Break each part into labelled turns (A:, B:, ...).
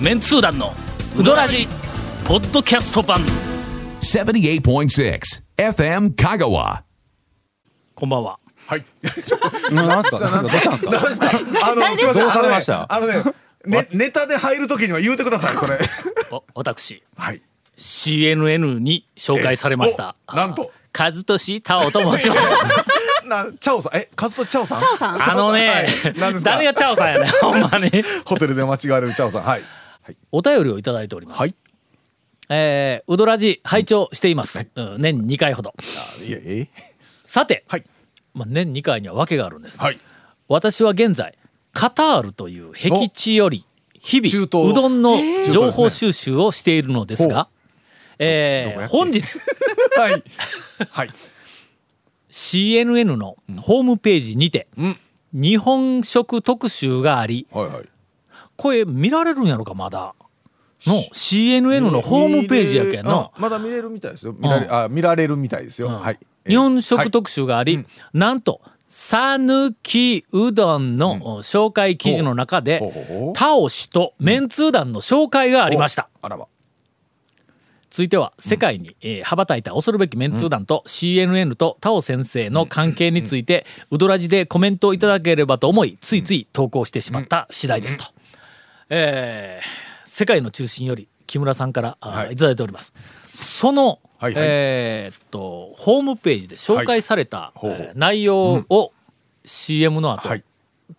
A: メンツー団のウドラジポッドキャスト版
B: 78.6 FM Kagawa.
A: こんばんは
C: はい。
D: ななんすかなんすかどうしたんですか
C: あの、すいません
D: どうされました
C: あのね、あのね ねネタで入るときには言うてください、それ。
A: お私
C: はい。
A: CNN に紹介されました
C: えおなんと
A: カズトシタオと申し ます
C: な、チャオさん、え、カズとチャオさん
E: チャオさん
A: あのね、
C: はい何ですか
A: 誰がチャオさんや ねんほんまに
C: ホテルで間違われるチャオさん。はい。
A: お便りをいただいております、
C: はい
A: えーウドラジ拝聴しています、うん、年2回ほど
C: いえ、え
A: さて、
C: はい。
A: まあ、年2回には訳があるんです、
C: はい。
A: 私は現在カタールという僻地より日々
C: 中
A: う
C: 東
A: どんの
C: 東
A: 情報収集をしているのですが、えー本日
C: はい。はい。
A: CNN のホームページにて、日本食特集があり
C: はい。はい。
A: これ見られるんやろかまだの CNN のホームページやけんの
C: あまだ見れるみたいですよ。見られ、
A: う
C: あ、見られるみたいですよ。はい。えー
A: 日本食特集があり、なんとさぬきうどんの紹介記事の中で
C: ほうほうほう
A: タオ氏とメンツー団の紹介がありました。
C: あらば。
A: 続いては世界に、えー羽ばたいた恐るべきメンツー団と CNN とタオ先生の関係について、ウドラジでコメントをいただければと思いついつい投稿してしまった次第ですと、えー世界の中心より木村さんからあー、
C: はい
A: い、ただいておりますその、
C: はいはい
A: えーっとホームページで紹介された、
C: ほうほう
A: えー内容を CM の後、
C: はい。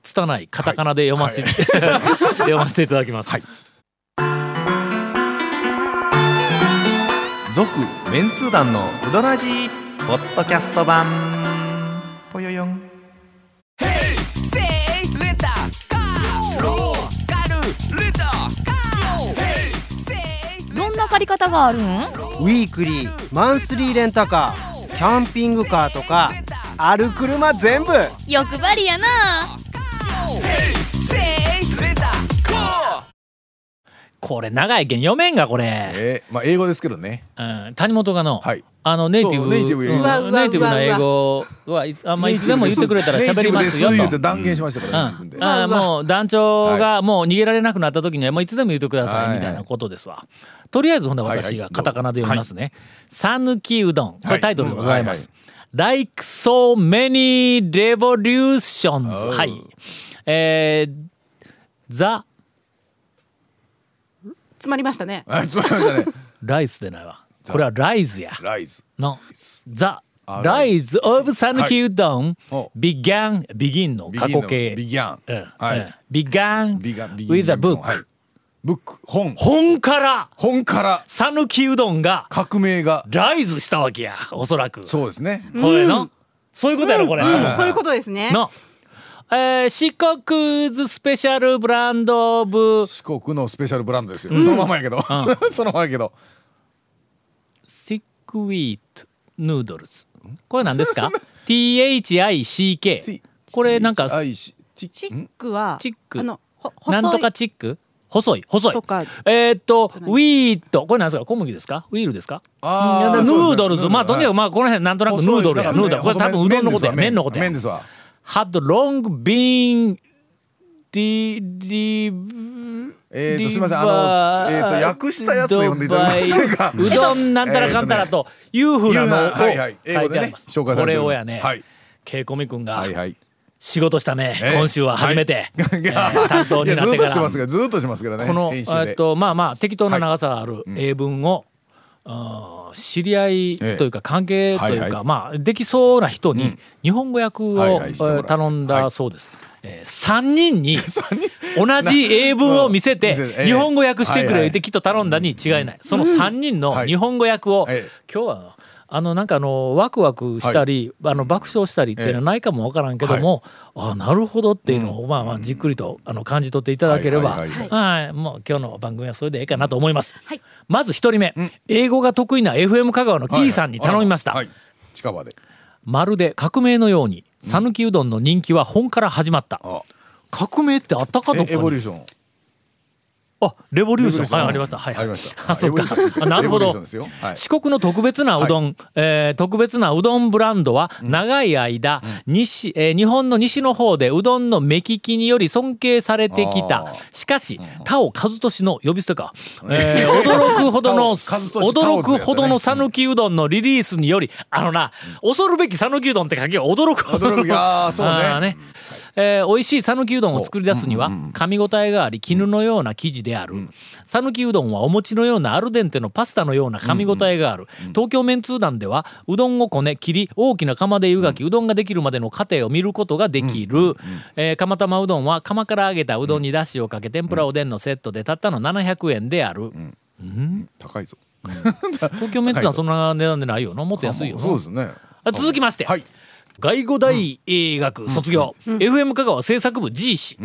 A: 拙いカタカナで読ませて、 読ませていただきます、
C: はい
F: 続メンツー団のウドラジーポッドキャスト版ぽよよん
E: どんな借り方があるん
G: ウィークリーマンスリーレンタカーキャンピングカーとかある車全部
E: 欲張りやな
A: これ長いけん読めんがこれ
C: えー、まあ、英語ですけどね。
A: うん谷本がの、
C: はい
A: あのネイティ
C: そ
A: ブ
C: うネイティブ
A: うん
C: うわ
E: うわ
A: ネイティブな英語はいあんまいつでも言ってくれたら喋りますよ
C: ネイティブです言
A: と
C: うて。断言しましたからね、自分で。
A: ああもう団長がもう逃げられなくなった時にはもういつでも言ってくださ
C: はいい
A: みたいなことですわ。とりあえずほんで
C: はいはい
A: 私がカタカナで読みますね。さぬきうどんこれタイトルでございます。Like so many revolutions はい。えー、ザ
E: 詰まりましたね
C: はい、つまりましたね。
A: ライスでないわ。これはライズや。
C: ライズ。
A: の The
C: あ
A: Rise of Sanuki Udon
C: お
A: began begin の過去形
C: ビギャン。
A: うん
C: は
A: う
C: い
A: ん。began
C: ビガビ
A: with a
C: はい
A: book
C: ブック本
A: 本から
C: 本から
A: サヌキうどんが
C: 革命が
A: ライズしたわけやおそらくこ
C: そうですね
A: れのそういうことやろこれ
E: うんそういうことですね
A: のえー四国ズスペシャルブランドオブ
C: 四国のスペシャルブランドですよ、そのままやけど、 そのままやけど
A: シックウィートヌードルズこれ何ですか THICK これなんか
C: THIC
E: チックは
A: チック
E: あのほ細
A: ないんとかチック細い細い
E: とか
A: えーっと
E: じゃない
A: ウィートこれなんですか小麦ですかウィールですか
C: あー
A: うんヌードル
C: そ
A: ズ
C: うですね
A: まあとにかくまあこの辺なんとなくヌードルやヌードルこれ多分うどんのことや麺のことや
C: 麺ですわ
A: ハッドロングビーンリリ
C: えっ、ー、
A: リ
C: とすみませんあ
A: バー
C: のえっ、ー、と訳したやつを読んでいただけません か
A: うどんなんたらかんたらというふうなのを
C: はいはい英
A: 書い
C: 語
A: て
C: で
A: あ
C: ね
A: ります
C: 紹介さ
A: こ
C: れ
A: れ
C: ております
A: をやね
C: はい
A: ケイコミ君が
C: はい はい
A: 仕事したね
C: えー
A: 今週は初めてえ
C: いや
A: ー担当になっ
C: いやず
A: て
C: っ
A: か
C: として
A: ら
C: ますけどずっとしてますけどね
A: このえ
C: 編集で
A: ーっとまあまあ適当な長さがある英文を、あー知り合いというか関係というか、
C: はいはい
A: まあできそうな人に日本語訳を、
C: はいはいしてもらう
A: えー頼んだそうです。えー3人 に同じ英文を見せて
C: なうん見せてええ
A: 日本語訳してく
C: はいは
A: れ
C: い
A: ってきっと頼んだに違いないその3人の
C: はい
A: 日本語訳を
C: ええ
A: 今日はあのなんかあのワクワクしたりあの爆笑したりっていうのはないかもわからんけどもあなるほどっていうのをまあまあじっくりとあの感じ取っていただければ
C: はいはいはい
A: はい、もう今日の番組はそれでええかなと思います。
E: はい
A: まず一人目、英語が得意な FM 香川の T さんに頼みました。
C: はいはい近場で
A: まるで革命のように、讃岐うどんの人気は本から始まった。
C: あ
A: 革命ってあったかどっ
C: えエボリ
A: か
C: ューション
A: あレボリューション
C: レボリューション
A: はいありましたはいはい
C: ありました
A: あそうか
C: レボリューション
A: あなるほ
C: レ
A: ど、
C: ボリューションですよはい
A: 四国の特別なうどん、えー特別なうどんブランドは長い間、西えー日本の西の方でうどんの目利きにより尊敬されてき
C: あ
A: たしかし田尾和俊の呼び捨てか、えー驚くほどの、
C: 田尾和俊田
A: 驚
C: 尾ですよ
A: く
C: ね
A: ほどの讃岐うどんのリリースによりあのな恐るべき讃岐うどんって書きは驚くほどの
C: 驚くいやーそうね
A: あーねえー美味しい讃岐うどんを作り出すには噛み応えがあり絹のような生地である讃岐うどんはお餅のようなアルデンテのパスタのような噛み応えがある東京麺通団ではうどんをこね切り大きな釜で湯がきうどんができるまでの過程を見ることができるえー釜玉うどんは釜から揚げたうどんにだしをかけ天ぷらおでんのセットでたったの700円である
C: 高いぞ。
A: 東京麺通団そんな値段でないよなもっと安いよな
C: そうですね。
A: あ続きまして、
C: はい
A: 外語大学卒業、FM 香川制作部 G 氏、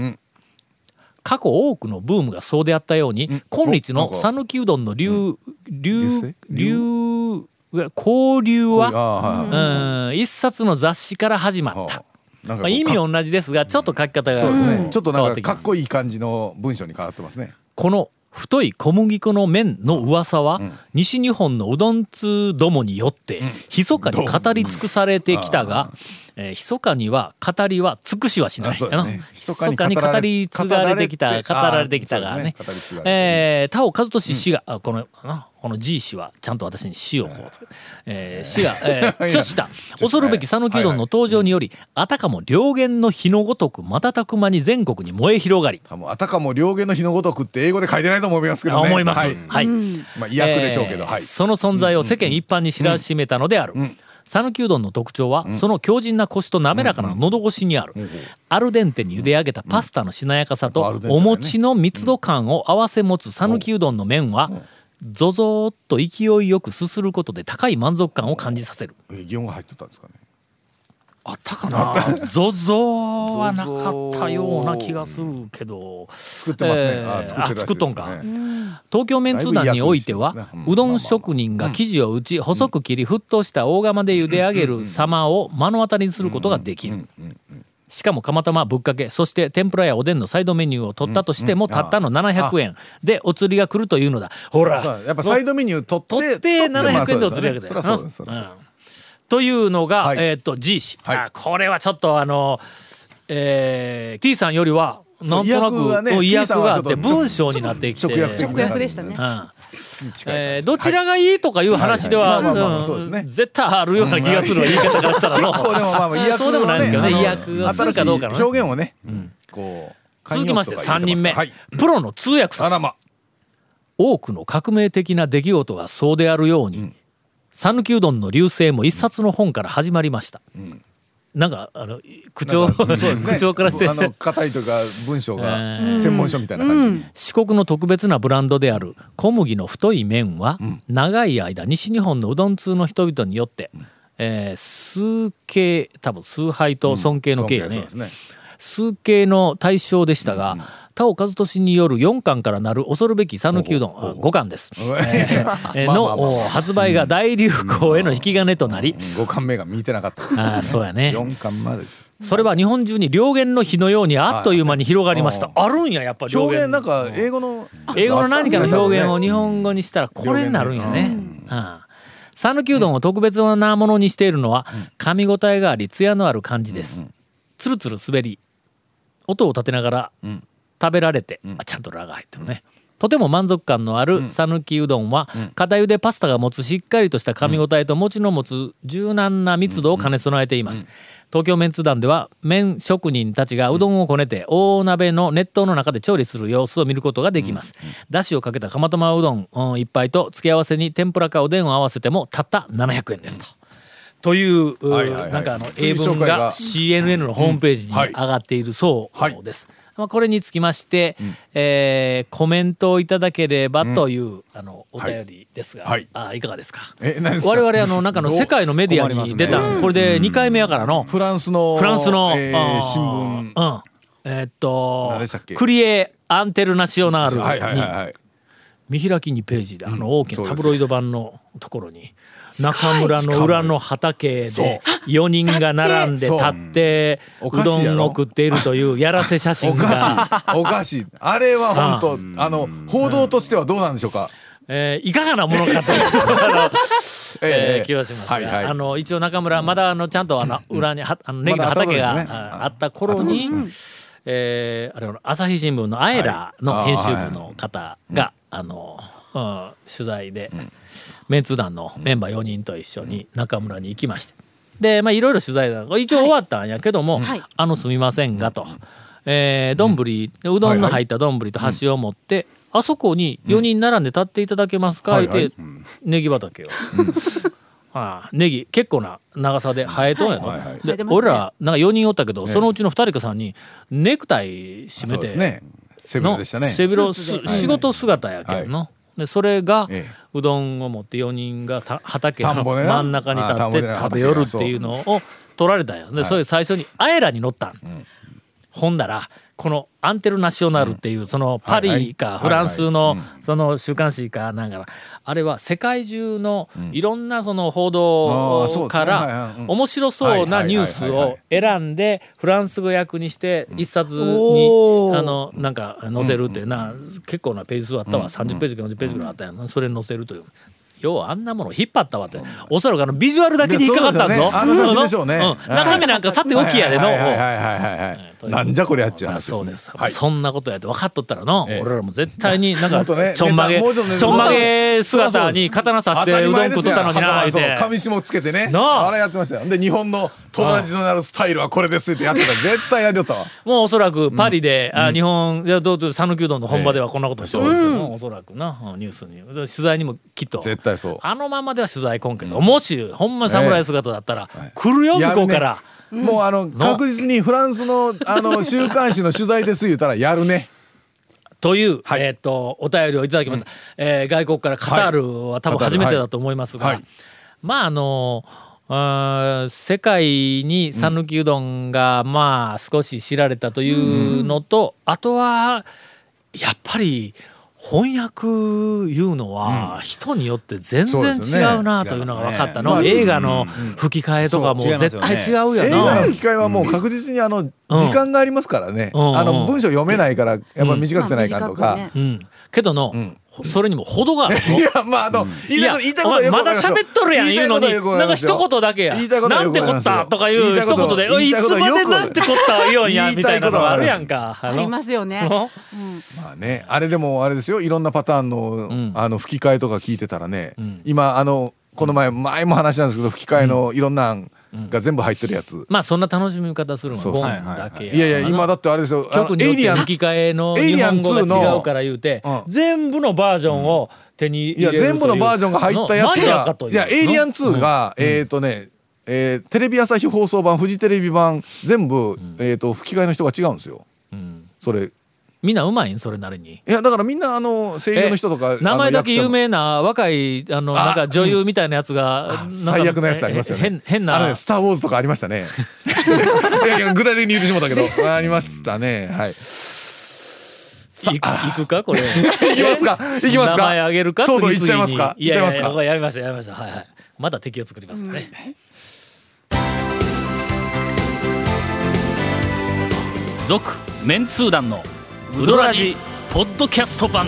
A: 過去多くのブームがそうであったように、今日
C: おなん
A: の
C: か
A: 讃岐うどんの流、流
C: 流
A: 流交流は、
C: あ
A: うん、一冊の雑誌から始ま
C: あ
A: っ
C: はあ
A: た
C: は、あ。なん
A: まあ、意味
C: を。
A: 同じですがちょっと書き方が
C: そうですね。ちょっと
A: 変わ
C: な
A: っ
C: ん
A: てき
C: か
A: ま
C: か
A: す
C: っこいい感じの文章に変わってますね。
A: この太い小麦粉の麺の噂は、西日本のうどん通どもによって、密かに語り尽くされてきたが、えー密かには語りは尽くしはしな
C: あ
A: い
C: そう
A: あ
C: だ
A: の
C: ね
A: 密かに語り継がれてきた語
C: 語られて
A: られてきたがね
C: あーそうですね語り継がれて
A: えー田尾和俊氏が、あこのあこの G 氏はちゃんと私に氏をこう、えー氏が、えー
C: いや
A: 著した恐るべき讃岐うどんの登場により、あたかも両言の火のごとく瞬く間に全国に燃え広がり、
C: あもうあたかも両言の日のごとくって英語で書いてないと思いますけどね。
A: 思います。
C: はい
A: はい
C: まあ意訳でしょうけど、
A: えー
C: はい。
A: その存在を世間一般に知らしめたのである讃岐うどんの特徴は、その強靭なコシと滑らかな喉越しにある、アルデンテに茹で上げたパスタのしなやかさと、
C: うんやっぱアルデンテだ
A: お
C: よね
A: 餅の密度感を合わせ持つ讃岐うどんの麺は、ゾゾーっと勢いよくすすることで高い満足感を感じさせる
C: え擬音が入っとったんですかね。
A: あったかなゾゾーはなかったような気がするけど
C: 作ってますね。
A: えー
C: あ作ってるら
A: あ
C: しいですね
A: 作っとんか東京麺通団においては
C: だいぶ役にしてますねうん
A: うどん職人が生地を打ち細く切り沸騰した大釜で茹で上げる様を目の当たりにすることができるしかも釜玉ぶっかけそして天ぷらやおでんのサイドメニューを取ったとしてもたったの700円でお釣りが来るというのだほら
C: そうやっぱサイドメニュー取って
A: 取って
C: まあ
A: 700円でお釣り上げた
C: そりゃそうですそりゃそうです。
A: というのが、
C: はい
A: えーっと G 氏、
C: はい
A: あこれはちょっとあの、えー T さんよりはなんとな
C: そう意訳が
A: く
C: ね
A: うん意
C: T
A: 訳
C: さん
A: が
C: は
A: あっ
C: ちょっと
A: て文章になってきて
C: 直訳
E: 直訳でしたね
A: う。ん
C: 近い感じ
A: え
C: で
A: ー
C: す
A: どちらがいいとかいう話では
C: はいはいはいまあまあまあ
A: うん
C: そうですね
A: 絶対あるような気がするわ言い方からしたらの
C: 結構でもまあまあ意訳をね
A: そうでもないですけどね
C: あの
A: 意訳をするかどうかのね
C: 新しい表現をね、こ う
A: 続きまして3
C: 慣用
A: 人
C: 句とか入れますか
A: 目、
C: らはい、
A: プロの通訳さん
C: あらま
A: 多くの革命的な出来事がそうであるように讃岐、うどんの流星も一冊の本から始まりました、なんかあの口調、
C: なんかそうですね
A: 口調からして
C: あの硬いというか文章が専門書みたいな感じ、
A: 四国の特別なブランドである小麦の太い麺は、長い間西日本のうどん通の人々によって、えー数形多分崇拝と尊敬の
C: 尊敬
A: 敬やね,、
C: そうですね
A: 数形の対象でしたが、田尾和俊による4巻からなる恐るべき讃岐うどんあ5巻です、えー
C: まあ
A: の、
C: まあまあ
A: お発売が大流行への引き金となり、
C: 五巻目が見てなかったです、
A: あーそうやね
C: 四巻まで
A: それは日本中に両言の火のようにあっという間に広がりました、あるんややっぱ両
C: 表
A: 言
C: 現なんか英語の
A: 英語の何かの表現を
C: ね
A: 日本語にしたらこれになるんやね。うん讃岐うどんを特別なものにしているのは噛み応えがあり艶のある感じです。つるつる滑り音を立てながら食べられてあちゃんとラが入ってるね。とても満足感のある讃岐うどんは片茹でパスタが持つしっかりとした噛み応えと餅の持つ柔軟な密度を兼ね備えています東京メンツ団では麺職人たちがうどんをこねて大鍋の熱湯の中で調理する様子を見ることができますだしをかけた釜玉うどんうん一杯と付け合わせに天ぷらかおでんを合わせてもたった700円ですと。という、う
C: はいはいはい
A: なんかあの
C: とい
A: 英
C: う紹
A: 文
C: 介が
A: が CNN のホームページに
C: うんは
A: 上
C: い
A: がっているそうです。まあ、これにつきまして、えーコメントをいただければという、あのお便りですが、
C: はい
A: あいかがですか
C: え何ですか
A: 我々あのなんかあの
C: どう
A: 世界のメディアに出た、
C: 困りますね
A: これで2回目やからの、
C: フランスの
A: フランスの、
C: え
A: あ
C: ー
A: ー
C: 新聞
A: うんえーっと
C: 何でしたっけ
A: クリエ・アンテルナショナ
C: はいはいはい
A: ル
C: はい
A: 見開き2ページであの大きなタブロイド版のところに中村の裏の畑で4人が並んで
C: そう
A: 立って
C: お
A: う
C: かしい
A: ど
C: や
A: ん
C: ろ
A: を食っているというやらせ写 真
C: お
A: が、
C: かしい。おかしい。あれは本当、あの、報道としてはどうなんでしょうか。
A: えーいかがなもの かというあのえー気はしますが、
C: はいはい
A: あの一応中村まだあのちゃんとあの裏にはあのネギの
C: まだ
A: 畑が、
C: 後でね
A: ああった頃に、えーあれは朝日新聞の「アエラ」の編集部の方が、あの、うん取材で、メンツー団のメンバー4人と一緒に中村に行きましてでまあいろいろ取材だ一応終わったんやけども「
E: はい
A: あのすみませんが」と。えー、どんぶり、うどんの入ったどんぶりと箸を持って、あそこに4人並んで立っていただけますか、
C: はいはい
A: 言って、ネギ畑を。ああネギ結構な長さで生えとんやろ、
C: はいはい
E: 生え
A: で
E: てますね
A: 俺らなんか4人おったけど、そのうちの2人か3人ネクタイ締め
C: そうで
A: て、
C: すね。セブン
A: の
C: でしたね。
A: 背広
E: スーツ
A: す仕事姿やけんの、でそれが、
C: ええ
A: うどんを持って4人がた畑の
C: 田んぼね
A: 真ん中に
C: あ田ん
A: 立
C: ぼ
A: っ
C: で
A: て
C: な
A: 食べよるっていうのを撮られたんやで、それ最初に「あえら」に乗ったん、ほんだらこの「アンテルナショナル」っていうそのパ
C: はいは
A: リ
C: い
A: かフランスの
C: はいは
A: その週刊誌かなんかのあれは世界中のいろんなその報道
C: あーそうです
A: か
C: ねはいは
A: ら
C: いうん
A: 面白そうなニュース
C: はいはいはいは
A: を
C: い
A: 選んでフランス語訳にして一冊に
E: おー
A: あのなんか載せるってな結構なページ数あったわ30ページか40ページぐらいあったよなそれに載せるという。要はあんなもの引っ張ったわっておそらくあのビジュアルだけに引っかかったんぞ
C: いやそうだねあの写真でしょうね
A: ん
C: はい
A: 中身なんかさておきやでの
C: はいはいはいはいはい。なんじゃこりゃっちゅう
A: まあ
C: 話
A: そうです、
C: はい。
A: そんなことやって分かっとったらの、
C: ええ
A: 俺らも絶対になんか
C: もっとね
A: ちょんまげ、
C: ネタもうちょっとね
A: ちょんまげ姿に刀刺してうどん食っとったのにな言う
C: そう
A: て
C: 紙紐つけてね
A: なあ
C: あれやってましたよで日本の友達のなるスタイルはこれですってやってた絶対やりよったわ
A: もうおそらくパリで、あ日本いやどうどう讃岐うどんの本場ではこんなことしてるんですよ、おそらくなうんニュースに取材にもきっと
C: 絶対そう
A: あのままでは取材来んけど、もしほんまに侍姿だったら、来るよ向こうから、
C: やるねもうあの確実にフランスの あの週刊誌の取材です言うたらやるね
A: という、えーっとお便りをいただきました、えー外国からカタールは多分
C: カター
A: 初
C: ル
A: めてだと思いますが、
C: はい
A: まああのあー世界に讃岐うどんがまあ少し知られたというのと、あとはやっぱり翻訳いうのは人によって全
C: そう
A: 然
C: ですよね
A: 違うなというのが分かったの、
C: 違いますね
A: 映画の吹き替えとかも
D: そう違います
A: 絶
D: よね
A: 対違うよな。
C: 映画の吹き替えはもう確実にあの時間がありますからね、
A: うん
C: あ
A: うん
C: の文章読めないからやっぱ短くせないかんとか、
E: まあ短く
A: う
E: ね
A: ん、けどの、それにも程があるぞ
C: いやまああの言いたいこと言いたいことはよく
A: ま
C: わ
A: だ
C: かりますよ
A: 喋っとるやん
C: 言い
A: 言
C: た
A: う
C: い
A: の
C: こと
A: に
C: はよくわか
A: なんか
C: りますよ
A: 一言だけや
C: 言いたいこと
A: な
C: はよ
A: ん
C: く
A: て
C: わ
A: こ
C: か
A: っ
C: りますよ
A: たとかいう一言で
C: 言
A: い
C: いたい
A: つ
C: こと
A: まで
C: はよく
A: な
C: わかります
A: んてこったは言うんや
C: 言
A: み
C: い
A: た
C: た
A: い
C: い
A: なの
C: こ
A: が
C: と
A: あ
C: はあ
A: る
C: る
A: や
C: や
A: ん
C: ん
A: かあ
E: あ
A: の
E: りますよね。
A: の
C: まあねあれでもあれですよいろんなパターンの,、あの吹き替えとか聞いてたらね、今あのこの前前も話したんですけど吹き替えのいろんなんが全部入ってるやつ、
A: まあそんな楽しみ方するのは
C: そう
A: ゴ
C: そう
A: ンだけ
C: いやいや今だってあれですよあの
A: 曲によ
C: エ
A: っ
C: イリ
A: て
C: アン
A: 吹き替えの
C: エイ
A: 日
C: リア
A: 本
C: ン
A: 語が
C: 2の
A: 違うから言うて
C: うん
A: 全部のバージョンを手に
C: い
A: 入れ
C: や
A: るという
C: 全部のバージョンが入ったやつ
A: 何やか
C: が
A: とう
C: いや「エイリアン2」がえっとねえーテレビ朝日放送版フジテレビ版全部えーと吹き替えの人が違うんですよそれい
A: みんなうまいんそれなりに
C: やだからみんなあの声優の人とかあの
A: 名前だけ有
C: 役者の
A: 名な若いあのなんか女優みたいなやつがなんか
C: 最悪なやつありますよね
A: 変変
C: あの
A: な
C: ねスター・ウォーズ」とかありまし たねいやいや具体的に言ってしまったけどありましたねはい
A: 行く行く かこれい
C: いきますかいきま
A: 名
C: すか
A: 前あげるか
C: とうとう
A: 次々に
C: いっちゃいますか
A: いやい
C: いっ
A: や
C: ち
A: い
C: ゃいま
A: や
C: す
A: これやりましたやりましたはいはいまだ敵を作りますからね、続メンツー団のウドラジポッドキャスト版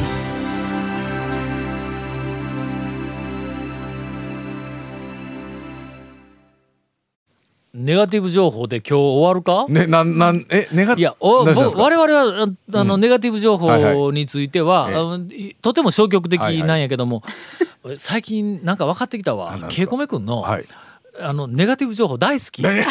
A: ネガティブ情報で今日終わるか
C: ねなんなんえ願っ
A: いやお
C: どうしたんで
A: 僕
C: すか
A: 我々はああの、ネガティブ情
C: はいは
A: 報については、
C: ええ
A: あのいとても消極的なんやけども、最近なんか分かってきたわ
C: なんです
A: ケ
C: か
A: イコメ君の,、
C: はい
A: あのネガティブ情報大好き。
C: え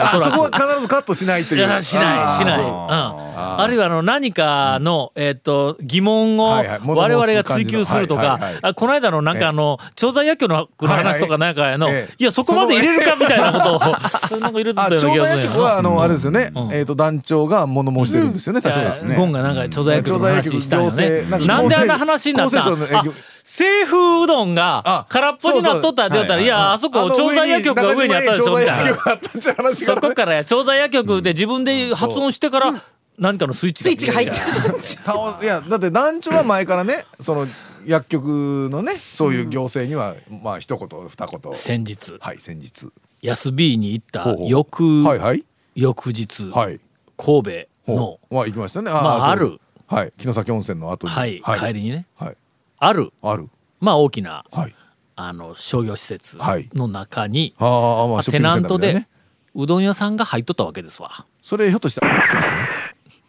C: あそこは必ずカットしないと
A: い
C: いう
A: やしないしない、うん、あるいはあの何かの、えっと疑問を
C: はい
A: 我
C: はい
A: 々が追求するとか
C: はいはいはい
A: あこの間のなんかあの調剤薬局のこの話とかなんかの、
C: はいいはいええ
A: やそこまで入れるかみたいなことをそういうのが入れてたよう
C: あ、
A: な気
C: 長
A: がするん
C: 座薬
A: や
C: 局
A: な
C: は、あの、あれですよね。えっと、団長が物申してるんですよね。確かですね。
A: ゴンがなんか調査薬局の話したんよ
C: うん
A: ね
C: 調査薬局行。
A: な
C: 政なんんか
A: であんな話になったん
C: 厚生省の影響
A: あ西風うどんが
C: あ
A: 空っぽになっとったって言ったら、
C: そうそう
A: いや、あそこ調査薬局が上にあったでしょ、みたいな。
C: 調剤薬局があったんちゃう話
A: そ
C: が
A: こからや、調査薬局で自分で発音してから、何かのスイッチ
E: スイッチが入って
A: た
E: たんですよ。
C: 倒いやだって団長は前からねその薬局のねそういう行政には、まあ一言二言
A: 先日
C: はい先日
A: 安 B に行った
C: ほうほう
A: 翌
C: はいはい
A: 翌日
C: はい
A: 神戸の
C: ほうは行きましたね
A: まあ
C: ーそう
A: ある
C: はい城崎温泉の後に
A: はい帰りにね
C: はい
A: ある
C: ある
A: まあ大きな
C: はい
A: あの商業施設
C: はい
A: の中に
C: あーまあ
A: まあ
C: ショ
A: テ
C: ッピング
A: ナ
C: セ
A: ン
C: ンター
A: ト
C: みたいな
A: で
C: ね
A: うどん屋さんが入っとったわけですわ。
C: それひょっとしたら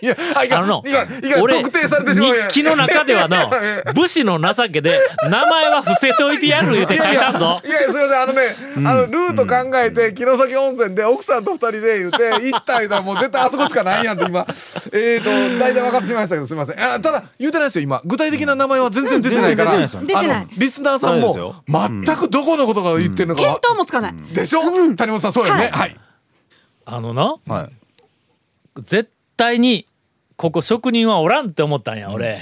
C: いやあい
A: あ
C: かん
A: の
C: いかんいかん
A: 俺
C: 特定されてしまうやん
A: 日記の中ではの武士の情けで名前は伏せておいてやる言うて書いたんぞ
C: い。やいやすいませんあのね、あのルート考えて城崎温泉で奥さんと二人で言うて行った言うたらもう絶対あそこしかないやんって今えーと大体分かってしまいましたけどすいませんあただ言うてないですよ今具体的な名前は全然出てないから、
D: うん全然出
E: てないですよね
C: あのリスナーさん
D: そうで
C: も
D: すよ
C: 全くどこのことが言ってるのか
E: 見
C: は、
E: 当もつかない。
C: でしょ、谷本さんそうやねはい
A: あのな
C: はい
A: 絶対にここ職人はおらんって思ったんや俺。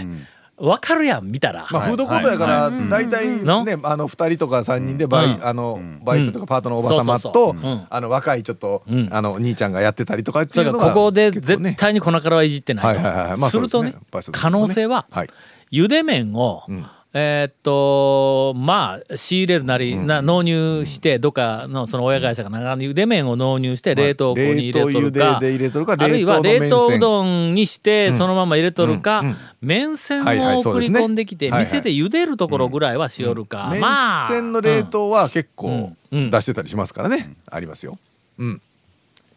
A: わかるやん見たら。
C: まあ、フードコートやから大体ね、
A: の
C: あの2人とか3人でバイ,、あのバイトとかパートのおば様
A: そう
C: と、
A: そうそううん
C: あの若いちょっと、
A: ん
C: あの兄ちゃんがやってたりとかっ
A: だ
C: てい
A: か
C: う
A: ら
C: のが、
A: ここで
C: 結構ね
A: 絶対に粉からはいじってないと、
C: はいはいはいまあ
A: するとね
C: そうですね場所とか
A: 可
C: もね
A: 能性は、
C: はい
A: ゆで麺を、
C: ん
A: えーっとまあ仕入れるなり、な納入してどっかのその親会社が長年ゆで麺を納入して冷凍庫に入れとるか,、
C: 冷凍ゆでで入れとるか
A: あるいは冷
C: 冷
A: 凍
C: 凍
A: うどんにしてそのまま入れとるか、麺線
C: はいは
A: を
C: いそう
A: 送り
C: ですね
A: 込んできて、
C: はいはい
A: 店で茹でるところぐらいはしよるか、
C: 麺
A: まあ
C: 線の冷
A: うん
C: 凍は結構
A: うんうん
C: 出してたりしますからね、ありますよ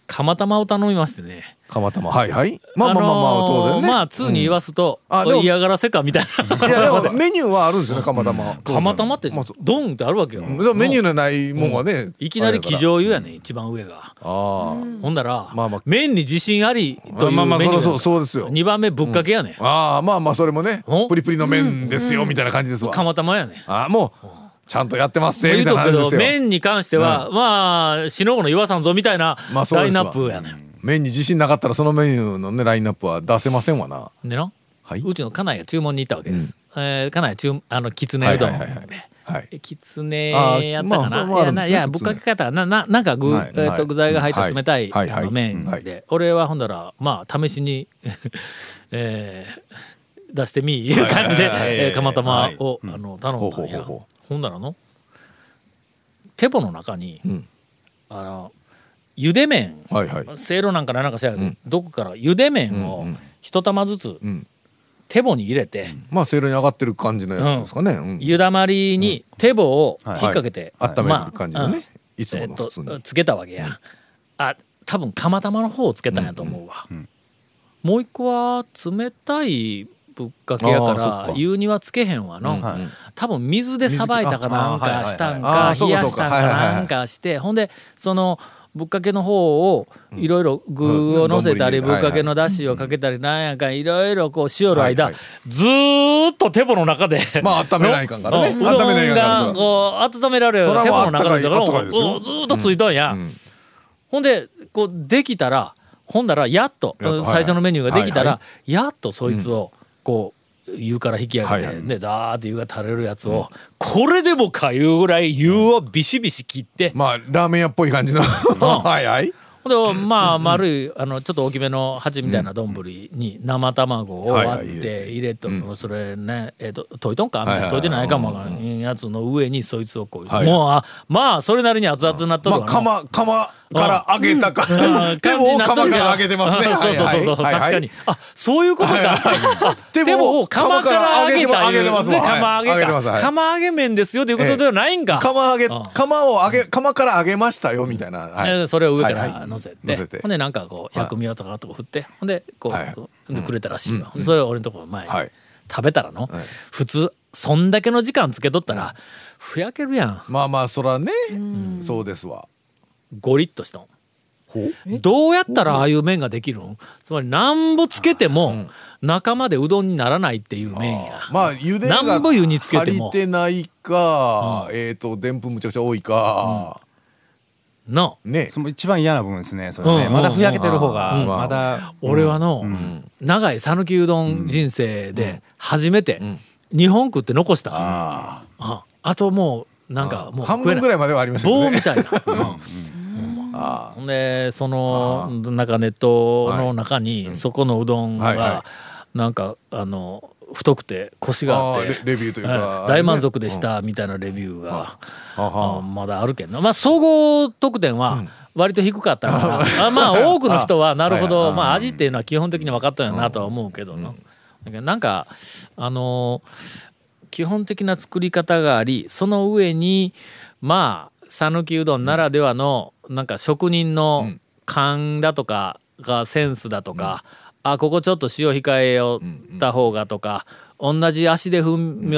A: 釜玉を頼みましてね
C: 釜玉はいはいまあまあまあまあ、
A: のー
C: 当然ね、
A: まあ通に言わすと、
C: うんあでも
A: 嫌がらせかみたいな。
C: いやでもメニューはあるんですよね釜玉は
A: 釜玉って
C: まあそう
A: ドンってあるわけよ、
C: でもメニューのないもんはね、
A: いきなり
C: あれだから
A: 騎乗湯やねん一番上が、
C: ああ
A: ほんなら、
C: まあまあ
A: 麺に自信ありというメニュー、
C: まあまあそうそうそうですよ
A: 2番目ぶっかけやねん、
C: ああまあまあそれもね
A: お
C: プリプリの麺ですよみたいな感じですわ
A: 釜玉やねん
C: ああもうちゃんとやってますぜ
A: 言
C: み
A: う
C: たい
A: と
C: な
A: くけど
C: 話ですよ
A: 麺に関しては、まあしのごの岩さんぞみたいな
C: まあそう
A: ライン
C: です
A: ナッ
C: わ
A: プやねん、
C: 麺に自信なかったらそのメニューのねラインナップは出せませんわな
A: でな、
C: はいう
A: ちの家内が注文に行ったわけです、えー家内注あのきつねうどんで、
C: はいはいはいはい
A: きつね
C: あー
A: やったか
C: まあそ
A: な、
C: れも
A: い
C: あ
A: や
C: るんで
A: な
C: すね
A: いや
C: きつね
A: ぶっかけ方はなななんか具,、
D: はい
A: えー
D: は
A: と
D: い
A: 具材が入った
C: はい
A: 冷たい、
C: はいはい
A: あの麺で、
C: はい
A: 俺はほんだらまあ試しに、 えー出してみいう感じで、
D: はいはいはい
A: えー釜
D: は
A: 玉
D: い
A: を、あの頼んだんや
C: ほうほうほうほ
A: ほんだらの手棒の中に、
C: ん
A: あのゆで麺
C: はいはい
A: せいろなんかなんかしらんけど、どこからゆで麺を一玉ずつ
C: ん
A: 手棒に入れて、
C: まあセールに上がってる感じのやつですかねうん
A: 湯だまりに手棒を引っ
D: はい
A: 掛けて、
C: 温め
A: ま
C: る感じのねいつ
A: え
C: も
A: っ
C: の
A: と
C: 普通に
A: つけたわけや、あ多分釜玉の方をつけたんやと思うわ、もう一個は冷たいぶっかけやか
C: あーそっ
A: ら
C: か
A: 湯にはつけへんわの、
D: はい
A: 多分水でさばいたかなん
D: 水あ
A: か
D: ー
A: したん
C: はいはい
A: か
C: はいあーそ
A: 冷
C: うか
A: や
C: そう
A: し
C: か
A: たんか
C: はいはいはい
A: なんかしてほんでそのぶっかけの方をいろいろ具をのせたり
C: うん
A: ぶっかけのだしをかけたりなんやかんいろいろこうしよる間
C: はいは
A: ずーっと手棒の中で
C: まあ温めないかんからね
A: う
C: 温
A: んうどん
C: めないかんから
A: が
C: それは
A: こう温められるような手
C: そ
A: 間
C: れは
A: の中だから
C: あったかいあったかいですよ
A: うんずーっとついとんや、
C: ん
A: ほんでこうできたらほんだらやっと
C: やっと
A: うん
C: はい
A: 最初のメニューができたら、
C: は
A: やっとそいつをこう湯から引き上げて、
C: はいはい
A: でダーって湯が垂れるやつを、これでもかいうぐらい湯をビシビシ切って、
C: まあラーメン屋っぽい感じの はいはい
A: ほんでまあ丸いあのちょっと大きめの鉢みたいな丼に生卵を
C: はいはい
A: 割っ
C: 入れ
A: て入れとそれねえっと溶いとんかみたい
C: はい
A: な
C: はい
A: 溶いてないかもわからんやつの上にそいつをこう
C: はい
A: もうあまあそれなりに熱々になっと
C: ま
A: る
C: あ
A: わな
C: 釜釜から揚げたか
A: うん
C: 手
A: 感じ
C: を
A: になっと
C: 釜
A: る
C: か
A: けど
C: ら揚げてますね
A: あ そうそうそうそう
C: はいはい
A: 確かにあそういうことか
C: 手
A: でも釜から揚げた
C: 揚げてますわ
A: 釜揚げ
C: はい揚げて
A: た
C: ますはい
A: 釜揚げ麺ですよということではないんか
C: 釜揚げ
A: うん
C: 釜を揚げ釜から揚げましたよみたいな、はい
A: えーそれを上か
C: はいは
A: ら
C: い
A: 乗せて,、
C: 乗せて
A: ほんでなんかこう薬味をとかとか振って、ほんでこう、
C: はい
A: でくれたらしいわ、ほんでそれを俺のところ前に
C: はい
A: 食べたらの、普通そんだけの時間つけとったら、ふやけるやん
C: まあまあそらねそうですわ
A: ゴリッとしたんどうやったらああいう麺ができるんつまりなんぼつけても中までうどんにならないっていう麺や
C: まあ茹でが
A: なんぼ湯につけて
C: 足
A: も
C: りてないか、えっ、とでんぷんむちゃくちゃ多いか、
A: の
C: ね
D: その一番嫌な部分ですね。それね
A: うん
D: まだふやけてる方
A: う
D: が
A: ん
D: まだ
A: 俺はの、長い讃岐うどん人生で初めて日本食って残した、
C: あ
A: ああともうなんかもう
C: 半
A: 食え
C: 分
A: ない
C: ぐらいまではありましたけど
A: 棒み
C: ね
A: たいな、うん
C: あ
A: ほんでそのなんかネットの中に、そこのうどんが、
C: はいは
A: なんかあの太くてコシがあって
C: あーレレビューというか
A: はい大満足でしたみたいなレビューが、
C: あ
A: あまだあるけんなまあ総合得点は割と低かった から、あまあ多くの人はなるほどまあ味っていうのは基本的に分かったんやなとは思うけどな,、なんかあのー基本的な作り方がありその上にまあ讃岐うどんならではのなんか職人の勘だとかがセンスだとか、あここちょっと塩控えよった方がとか、同じ足で踏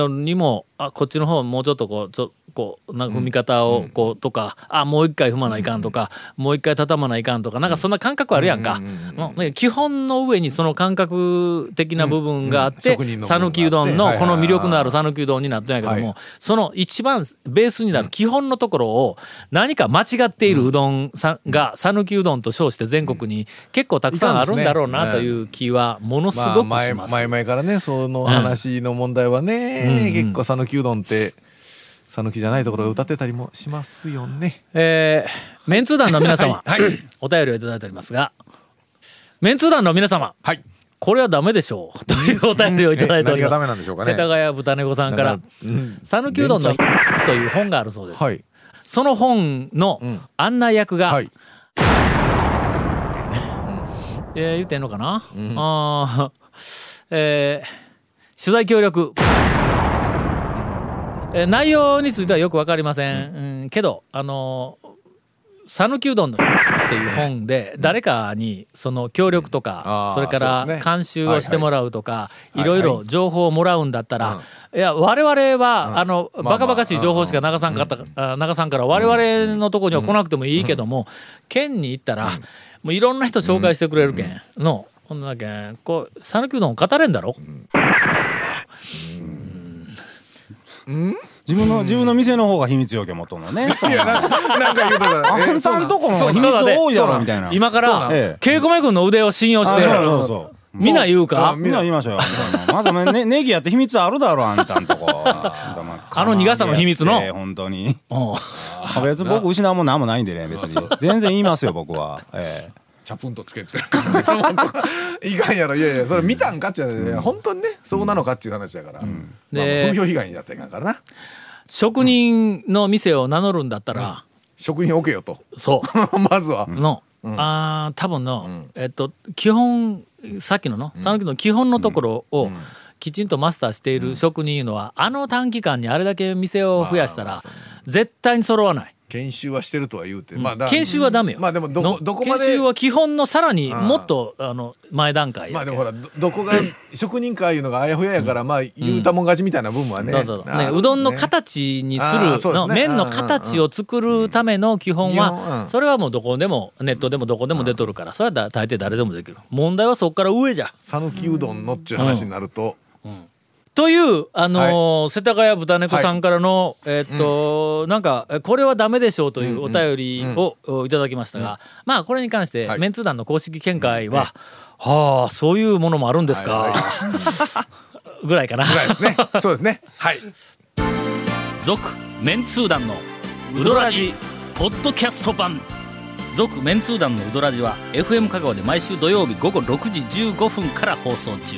A: むにも、あこっちの方もうちょっとこうちょこうなんか踏み方をこうとか、あもう一回踏まないかんとか、もう一回畳まないかんとかなんかそんな感覚あるやんか、もうね基本の上にその感覚的な部分があって
C: うんうん職人の部分があって
A: 讃岐、うどん
C: はい
A: の
C: はい
A: この魅力のある讃岐うどんになったんやけども、
C: はい
A: その一番ベースになる基本のところを何か間違っているうどんさんが讃岐うどんと称して全国に結構たくさんあるんだろうなという気はものす
C: ま
A: ごく
C: あ、前
A: します。
C: 前々からねその話の問題はね、結構讃岐うどんって讃岐じゃないところが歌ってたりもしますよね。
A: えーメンツー団の皆様、お便りをいただいておりますが、メンツー団の皆様、
C: はい
A: これはダメでしょうというお便りをいただいております。
C: え何がダメなんでしょうかね
A: 世田谷豚猫さんか
C: な
A: ら
C: んか
A: 「讃岐うどんの」という本があるそうです。
C: はい
A: その本の
C: ん
A: 案内役が、
C: はい
A: えー言ってんのかな、あーえー取材協力、えー内容についてはよくわかりません、うんけどあのー讃岐うどんのっていう本で誰かにその協力とか
C: あー
A: それか
C: そうで
A: ら
C: すね
A: 監修をしてもらうとか
C: い
A: いろいろ情報をもらうんだったらいや我々はあの
C: まあ
A: バカバカしい情報しか流さんかったあ流さんから我々のとこには来なくてもいいけども県に行ったらもういろんな人紹介してくれるけんのほんなけんこう讃岐うどん語れんだろ
D: 自分の自分の店の方が秘密要件元のね
C: いやななんか言うとか、
D: あんたんとこの方が秘密多いやろみたいな
A: 今か
D: そうなん
A: ら稽古目君の腕を信用し
D: あ
A: て
D: そうそうそう
A: みんな言う
D: あ
A: か
D: みんな言いましょうよみたいなまずねネギやって秘密あるだろあんたんとこあ
A: あの苦さの秘密の
D: 本当に
A: うん
D: あ別に僕失うもんなんもないんでね別に全然言いますよ僕はえ
C: チャプンとつけてる感じのもんとかいかんやろいやいやそれ見たんかっちゅう話で、本当にねそうなのかっちゅう話だから、まあ
A: で
C: 風評被害になったらいかんからな
A: 職人の店を名乗るんだったら、
C: 食品置けよと
A: そう
C: まずは、
A: の、ああ多分の、えっと基本さっきのの讃岐の基本のところを、きちんとマスターしている職人いうのは、あの短期間にあれだけ店を増やしたら、絶対に揃わない。
C: 研修はしてるとは言うて、まあだ
A: 研修はダメよ。
C: まあでもどこ
A: の
C: どこまで
A: 研修は基本のさらにもっとあの前段階やけん
C: まあでもほらどどこが職人かいうのがあやふややから、まあ言うたもん勝ちみたいな部分はね,あ
A: そ
C: る
A: うそ
C: ね、
A: うそうね、うどんの形にす
C: あーそ
A: る
C: うです
A: の、
C: ね
A: 麺の
C: うんうんうん
A: 形を作るための基本
C: 基本
A: は
C: うん
A: それはもうどこでもネットでもどこでも出とるからそれはだ大抵誰でもできる問題はそこから上じゃ
C: 讃岐うどんのっちゅう話になると、
A: という、あのー世田谷豚猫さんからの、えーっと、なんかえこれはダメでしょうというお便りを、おいただきましたが、まあこれに関して、
C: はい
A: メンツ団の公式見解は、はあそういうものもあるんですか、
C: はい
A: ぐらいかな。
C: は いですねそうですねはい
A: 続メンツー団のウドラジポッドキャスト版続メンツー団のウドラジは FM 香川で毎週土曜日午後6時15分から放送中